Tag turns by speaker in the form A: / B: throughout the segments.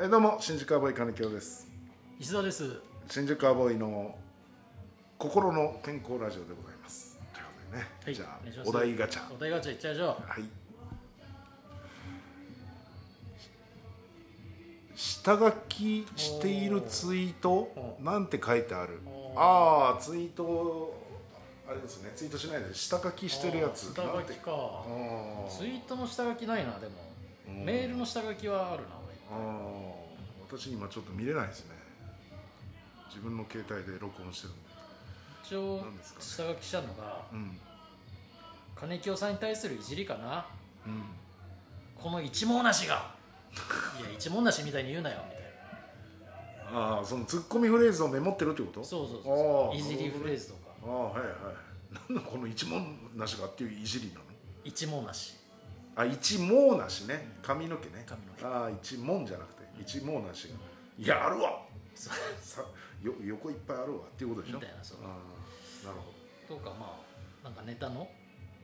A: えどうも新宿アボーイ金城です
B: 石田です
A: 新宿アボーイの心の健康ラジオでございますということでね、
B: はい
A: じゃあ
B: お願いします
A: お題ガチャ
B: お題ガチャいっちゃいましょう
A: はい下書きしているツイート
B: お
A: なんて書いてある
B: お
A: ああツイートあれですねツイートしないで下書きしてるやつ
B: あー下
A: な
B: 書
A: んて
B: きか
A: あ
B: ツイートの下書きないなでも
A: うん
B: メールの下書きはあるな
A: ああ私今ちょっと見れないですね自分の携帯で録音してるんで
B: 俺一応
A: 何ですかね
B: 下書きしたのが
A: うん
B: 金清さんに対するいじりかな
A: うん
B: この一網な しがいや一網なしみたいに言うなよみたい
A: ああそのツッコミフレーズをメモってるってこと
B: なそうそう
A: あ
B: そ
A: ー
B: ういじりフレーズとか
A: ああはいはいなんだこの一問なしがっていういじりなの
B: 一網なし
A: あ一網なしね髪の毛ね
B: 髪の毛
A: ああ一問じゃなくて一網なしがいやあるわ
B: そ
A: さよ横いっぱいあるわっていうことでしょ
B: みたいなそう
A: ああなるほ
B: とかまあなんかネタの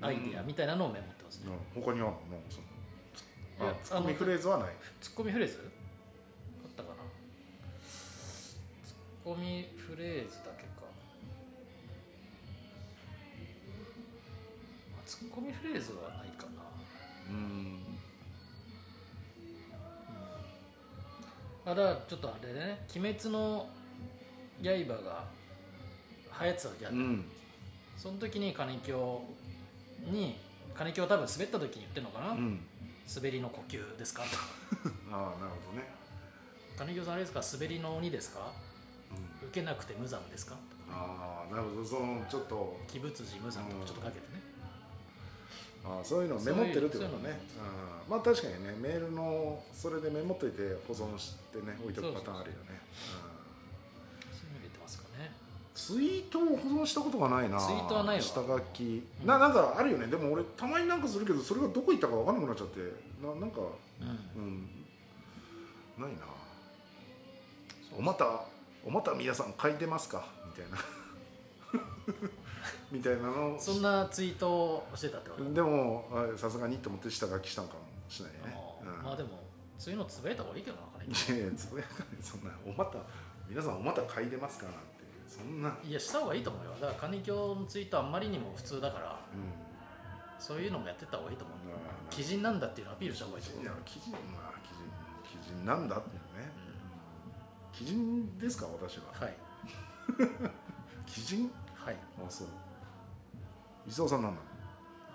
B: アイディアみたいなのをメモってますね
A: どなるほど他にあるのそ
B: い
A: の
B: や
A: あツッコミフレーズはない
B: ツッコミフレーズあったかなツッコミフレーズだけかあツッコミフレーズはないかな、
A: うん
B: あだからちょっとあれね「鬼滅の刃」が流行ってた時あっ
A: う
B: て、
A: ん
B: その時に金京に金京多分滑った時に言ってるのかな、
A: うん
B: 滑りの呼吸ですか
A: ああなるほどね
B: 金京さんあれですか滑りの鬼ですか受けなくて無惨ですか
A: ああなるほどそのちょっと
B: 鬼仏寺無惨とかちょっとかけてね、
A: あーそういうのをメモってるってこと
B: そういう
A: ね
B: そういうの
A: あーまあ確かにねメールのそれでメモっといて保存してね置いとくパターンあるよね
B: そういうの入れてますかね
A: うんツイートを保存したことがないな
B: ツイートはないわ
A: 下書き、
B: うん
A: ななんかあるよねでも俺たまになんかするけどそれがどこ行ったか分かんなくなっちゃってななんか
B: うん
A: うんないなおまたおまた皆さん書いてますかみ たいなみたいなのを
B: そんなツイートをしてたってこと、
A: でもあさすがにと思って下書きしたんかもしれな
B: あ
A: いね、
B: ー
A: うん
B: まあでもそういうのつぶやいた方がいいけどな金
A: いやいやつぶやかないそんなおまた皆さんおまた嗅いでますかなんてそんな、
B: 京いやした方がいいと思うよだから金京のツイートあんまりにも普通だから
A: うん、
B: そういうのもやってった方がいいと思う
A: まあ
B: 基人なんだっていうのをアピールした方がいいと思う
A: いや基人まあ基人基人なんだっていうね基人ですか私は
B: はい
A: 基人
B: はい
A: あそう伊沢さんなんだ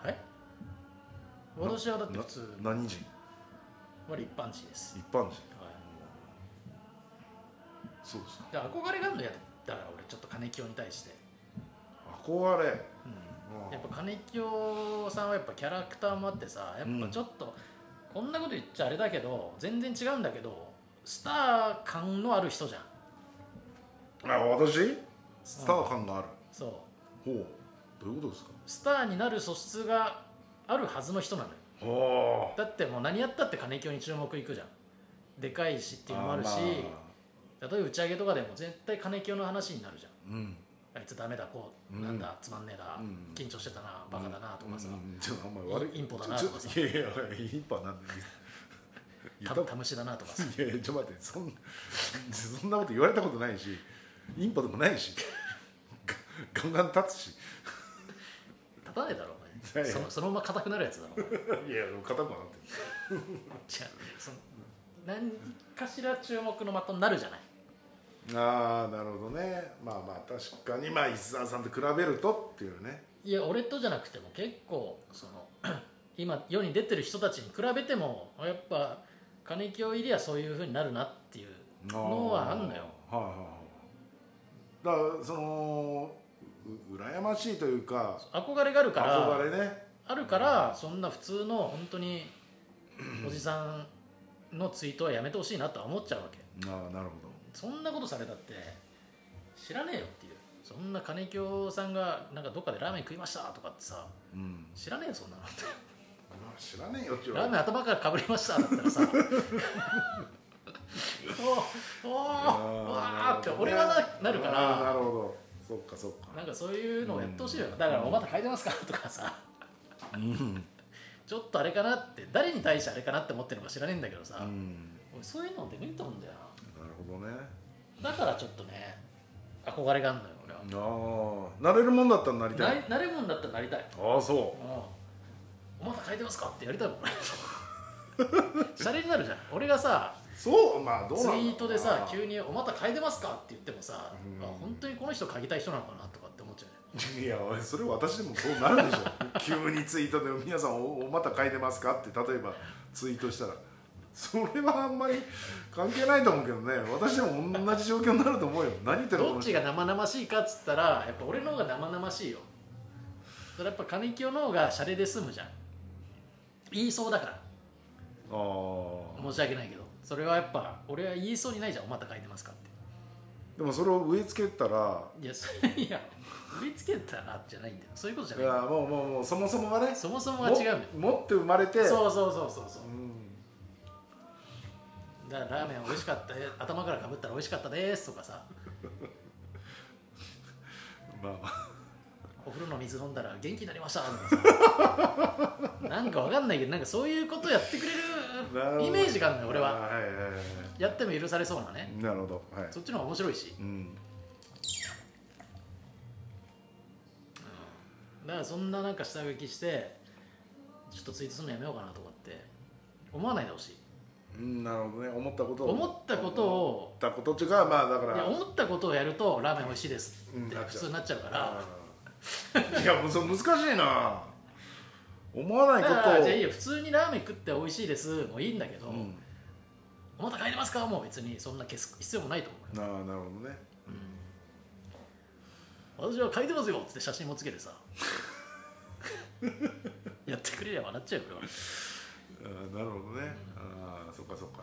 B: はい私はだって普通
A: な何人
B: は一般人です、
A: 一般人
B: はい、
A: そうですか
B: で憧れがあるのやだから俺ちょっと金清に対して、
A: 憧れ
B: うん
A: あ
B: やっぱ金清さんはやっぱキャラクターもあってさやっぱちょっと、こんなこと言っちゃあれだけど全然違うんだけどスター感のある人じゃん
A: あ私スター感がある、
B: そう
A: ほうどういうことですか
B: スターになる素質があるはずの人なのよ
A: ほう
B: だってもう何やったって金清に注目いくじゃんでかいしっていうのもあるし、例えば打ち上げとかでも絶対金清の話になるじゃん
A: うん
B: あいつダメだこう、
A: うん
B: なんだつまんねえな、
A: うん
B: 緊張してたなバカだなとかさ、
A: うんうんちょっとあんまり悪い
B: インポだな
A: ちょ
B: とかさ
A: ちょいやいやインポはなんで言
B: た
A: った
B: たむしだなとかさ
A: いやいやちょっと待ってそんそんなこと言われたことないしインポでもないしガガンガン立つし
B: 立たねえだろお
A: いや
B: 前
A: いや
B: そのそのまま硬くなるやつだろお前
A: いや硬くはなってる
B: じゃあその何かしら注目の的になるじゃない
A: ああなるほどねまあまあ確かにまあ石澤さんと比べるとっていうね
B: いや俺とじゃなくても結構その 今世に出てる人たちに比べてもやっぱ金清入りはそういう風になるなっていうのはあんのよ
A: はいはいはいだからそのう羨ましいというか
B: 憧れがあるから
A: 憧れね
B: あるからそんな普通の本当におじさんのツイートはやめてほしいなとは思っちゃうわけ
A: ああなるほど
B: そんなことされたって知らねえよっていうそんな金清さんがなんかどっかでラーメン食いましたとかってさ
A: うん
B: 知らねえよそんなのって
A: まあ知らねえよって言わ
B: ラ
A: れ
B: ー
A: て
B: メン頭からかぶりましただった らさおおおーわーって俺はななるか
A: あーな
B: ら
A: るほどそっかそっか
B: なんかそういうのをやってほしいよだから「おまた書いてますか?」とかさ
A: うん
B: ちょっとあれかなって誰に対してあれかなって思ってるのか知らねえんだけどさ、俺そういうの出向いとんだよ
A: なるほどね
B: なだからちょっとね憧れがあるのよ俺は
A: ああなれるもんだったらなりたい
B: ななれもんだったらなりたい
A: ああそ
B: うんおまた書いてますかってやりた いもんシャレになるじゃん俺がさ
A: うそうまあどう
B: ツイ
A: なんだろうな
B: ートでさ急に「おまた書いてますか?」って言ってもさ、
A: うん
B: あ本当にこの人書きたい人なのかなとかって思っちゃう
A: いやおいそれ私でもそうなるでしょ 急にツイートで「皆さんおおまた書いてますか?」って例えばツイートしたらそれはあんまり関係ないと思うけどね私でも同じ状況になると思うよ何言って
B: じゃ
A: る
B: ん
A: の
B: どっちが生々しいかっつったらやっぱ俺の方が生々しいよそれやっぱ金清の方がシャレで済むじゃん言いそうだから
A: ああ
B: 申し訳ないけどそれはやっぱ俺は言いそうにないじゃん「おまた書いてますか?」って
A: でもそれを植え付けたら
B: いやそれいや売りつけたらじゃないんだよそういうことじゃ
A: い
B: ない
A: やもうもうもうそもそもがね
B: そもそもが違うんだよ
A: も持って生まれて
B: そうそうそうそうそう
A: うん
B: だからラーメン美味しかったです頭からかぶったら美味しかったですとかさ
A: まあまあ
B: お風呂の水飲んだら元気になりましたとかさなんかわかんないけどなんかそういうことやってくれ
A: なるほ
B: る
A: ど
B: イメージがあるのよ俺は
A: はいはいは
B: やっても許されそうなね
A: いなるほどはい
B: そっちの方が面白いし
A: うん
B: だからそんななんか下書きしてちょっとツイートするのやめようかなとかって思わないでほしい
A: うんなるほどね思ったことを
B: 思ったことを
A: 思ったことっていうかまあだか
B: いや
A: ら
B: 思ったことをやるとラーメン美味しいです
A: うん
B: って
A: なっちゃう
B: 普通になっちゃうから、
A: うんいやもうそれ難しいな思わない
B: だ
A: こ
B: から
A: とを
B: じゃあいいよ普通にラーメン食って美味しいですもういいんだけど、
A: うん、
B: おまた帰りますかもう別にそんな消す必要もないと思
A: なあなるほどね
B: う私は書いてますよっつって写真もつけてさ やってくれりゃ笑っちゃうよ俺は
A: あーなるほどねああそっかそっか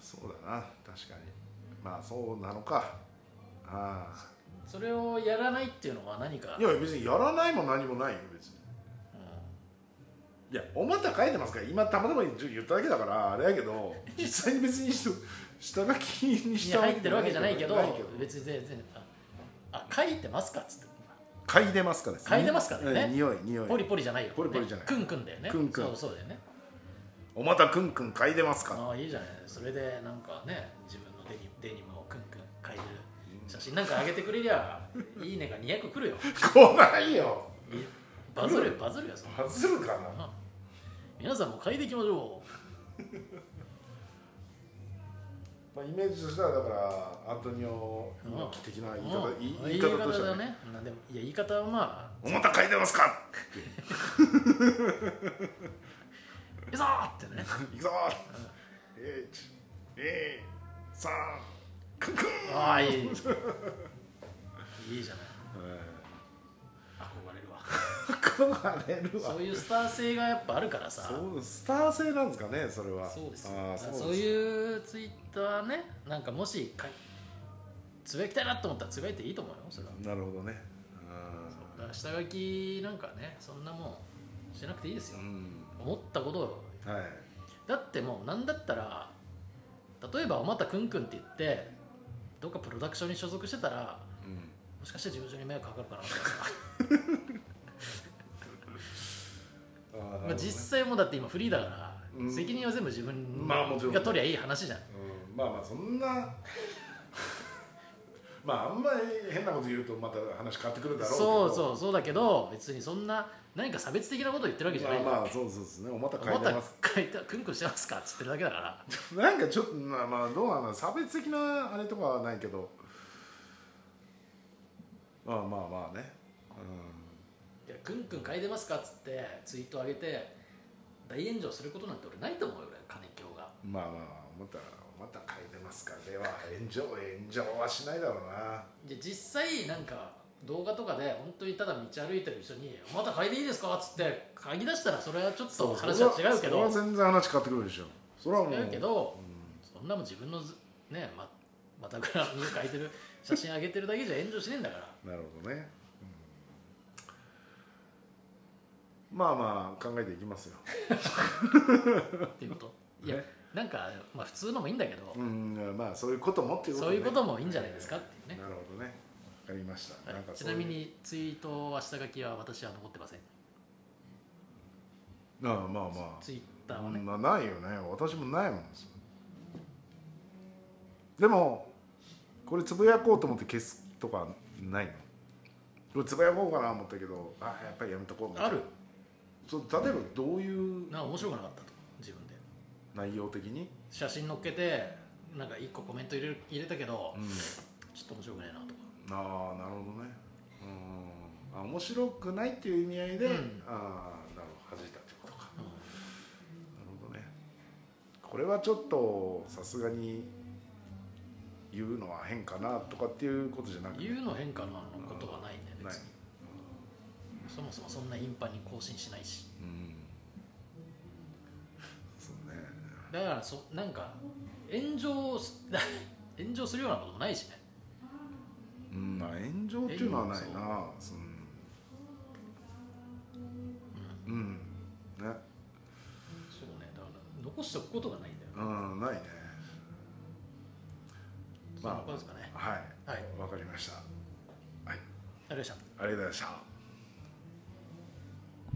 A: そうだな確かにまあそうなのかああ
B: それをやらないっていうのは何か
A: いや別にやらないも何もないよ別にい
B: う
A: やおまた書いてますから今たまたま言っただけだからあれやけど実際に別に人下書きに
B: んい
A: し
B: や
A: た
B: 入ってるわけじゃないけど
A: ないけど
B: 別に全然ああ書いてますかっつって
A: 嗅いでますかです
B: 嗅いでますかね
A: ええ匂い匂い
B: ポリポリじゃないよ
A: ポリポリじゃない
B: クンクンだよね
A: クンクン
B: そうそうだよね
A: おまたくんくん嗅いでますか
B: ああいいじゃないそれでなんかね自分のデニデニムをクンクン書いてる写真なんか上げてくれりゃいいねが200くるよ
A: 来ないよ
B: バズるよバズるよそんな
A: 外ズるかな
B: あ皆さんも書いていきましょ
A: まあ、イメージとしてはだからアントニオ猪木的な
B: う
A: 言い方、
B: うん
A: い言い方としては
B: だ
A: ね
B: ねなんでもいや言い方はま
A: 「おまた嗅いでます か!」
B: あ「いいぞ!」ってね
A: いくぞ123クンクン
B: ああいいいいじゃない憧れるわ
A: 憧れるわ
B: そういうスター性がやっぱあるからさ
A: そうスター性なんですかねそれは
B: そうですよ
A: あー
B: そ
A: そううう
B: いうツイッターねなんかもしかつぶやきたいなと思ったらつぶやいていいと思うよそれは
A: なるほどねあー
B: だから下書きなんかねそんなもんしなくていいですよ
A: うん
B: 思ったことを
A: はい
B: だってもう何だったら例えば「おまたくんくん」って言ってどっかプロダクションに所属してたら
A: うん
B: もしかして事務所に迷惑かかるかなと かさ
A: あーなるほ
B: ま
A: ど
B: あ
A: ね
B: 実際もうだって今フリーだから、
A: うん
B: 責任は全部自分
A: まあもちろん
B: が取りゃいい話じゃん
A: うんまあまあそんな まああんまり変なこと言うとまた話変わってくるだろうけど
B: そうそうそうだけど別にそんな何か差別的なことを言ってるわけじゃない
A: まあまあそうそうですねおまた
B: あ
A: 書いてます
B: た書いてクンクンしてますかっつってるだけだから
A: なんかちょっとまあまあどうなの差別的なあれとかはないけどまあまあまあね
B: いやクンクン書いてますかっつってツイート上げて大炎上することなんて俺ないと思うよ俺金京が
A: うんまあまあまあまたまた書いてますかでは炎上炎上はしないだろうな
B: で実際なんか動画とかで本当にただ道歩いてる人に「また嗅いでいいですか?」っつって嗅ぎ出したらそれはちょっと話は違う
A: そ
B: け
A: れは
B: ど
A: 全然話変わってくるでしょそれはもう
B: 違うけど
A: う
B: そんなもん自分のずねままたぐらに書いてる写真上げてるだけじゃ炎上しねえんだから
A: んなるほどね、うんまあまあ考えていきますよ
B: っていうことい や
A: ね
B: なんか、まあ、普通のもいいんだけど、
A: うんまあそういうこともっていうこと
B: そう
A: ね
B: いうこともいいんじゃないですかっていうね、
A: なるほどねわかりました、
B: はい
A: んかそ
B: ち
A: う
B: な
A: いう
B: みにツイートは下書きは私は残ってません
A: ああまあまあ
B: ツイッターはね、
A: まあないよね私もないもんでもこれつぶやこうと思って消すとかないのこれつぶやこうかな思ったけどあやっぱりやめとこうみたいな
B: ある
A: そう例えばどういう
B: なんか面白くなかったと自分で
A: 内容的に、
B: 写真載っけてなんか一個コメント入れる入れたけどちょっと面白くないなとか
A: ああなるほどねうんあ面白くないっていう意味合いで、
B: うん
A: ああなるほど弾いたってことかなるほどねこれはちょっとさすがに言うのは変かなとかっていうことじゃなくて
B: 言うの変かなのことはないんだよね
A: ない
B: 別にそもそもそんな頻繁に更新しないし
A: うんそうね
B: だからそなんか炎上す 炎上するようなこともないしね
A: うんまあ炎上っていうのはないなそのうん、ね
B: そうねだから残しておくことがないんだよ
A: うんないね
B: ま
A: まあ
B: あそんなことですかね
A: はい
B: はいありがとう
A: わかりました
B: ございました
A: ありがとうございました